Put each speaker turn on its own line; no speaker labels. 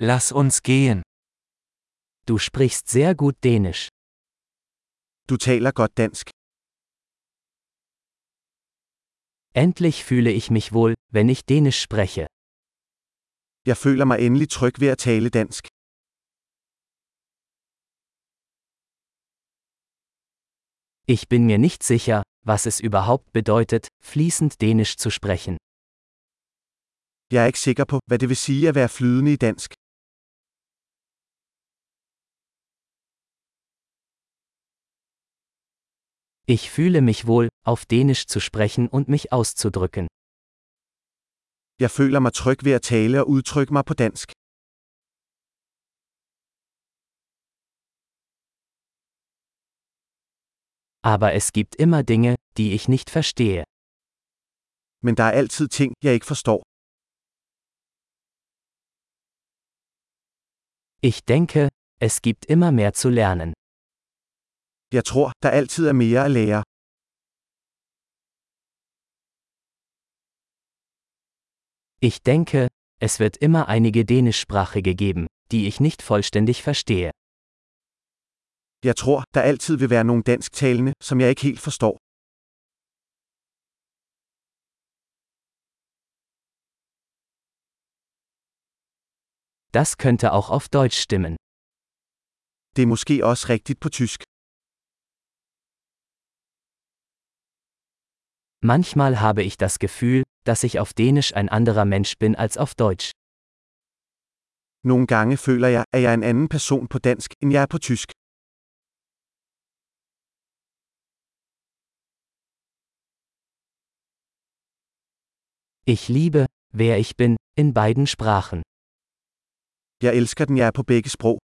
Lass uns gehen.
Du sprichst sehr gut Dänisch.
Du taler godt dansk.
Endlich fühle ich mich wohl, wenn ich Dänisch spreche.
Jeg føler mig endelig tryg ved at tale dansk.
Ich bin mir nicht sicher, was es überhaupt bedeutet, fließend Dänisch zu sprechen.
Jeg er ikke sikker på, hvad det vil sige at være flydende i dansk.
Ich fühle mich wohl, auf Dänisch zu sprechen und mich auszudrücken.
Jeg føler mig tryg ved at tale og udtrykke mig på dansk.
Aber es gibt immer Dinge, die ich nicht verstehe.
Men der er altid ting, jeg ikke forstår.
Ich denke, es gibt immer mehr zu lernen.
Jeg tror, der altid er mere at lære.
Ich denke, es wird immer einige Dänischsprachige geben, die ich nicht vollständig verstehe.
Jeg tror, der altid vil være nogle dansktalende, som jeg ikke helt forstår.
Das könnte auch auf Deutsch stimmen.
Det er måske også rigtigt på tysk.
Manchmal habe ich das Gefühl, dass ich auf Dänisch ein anderer Mensch bin als auf Deutsch.
Nogle gange føler jeg, at jeg er en anden person på dansk, end jeg er på tysk.
Ich liebe, wer ich bin, in beiden Sprachen.
Jeg elsker den, jeg er på begge sprog.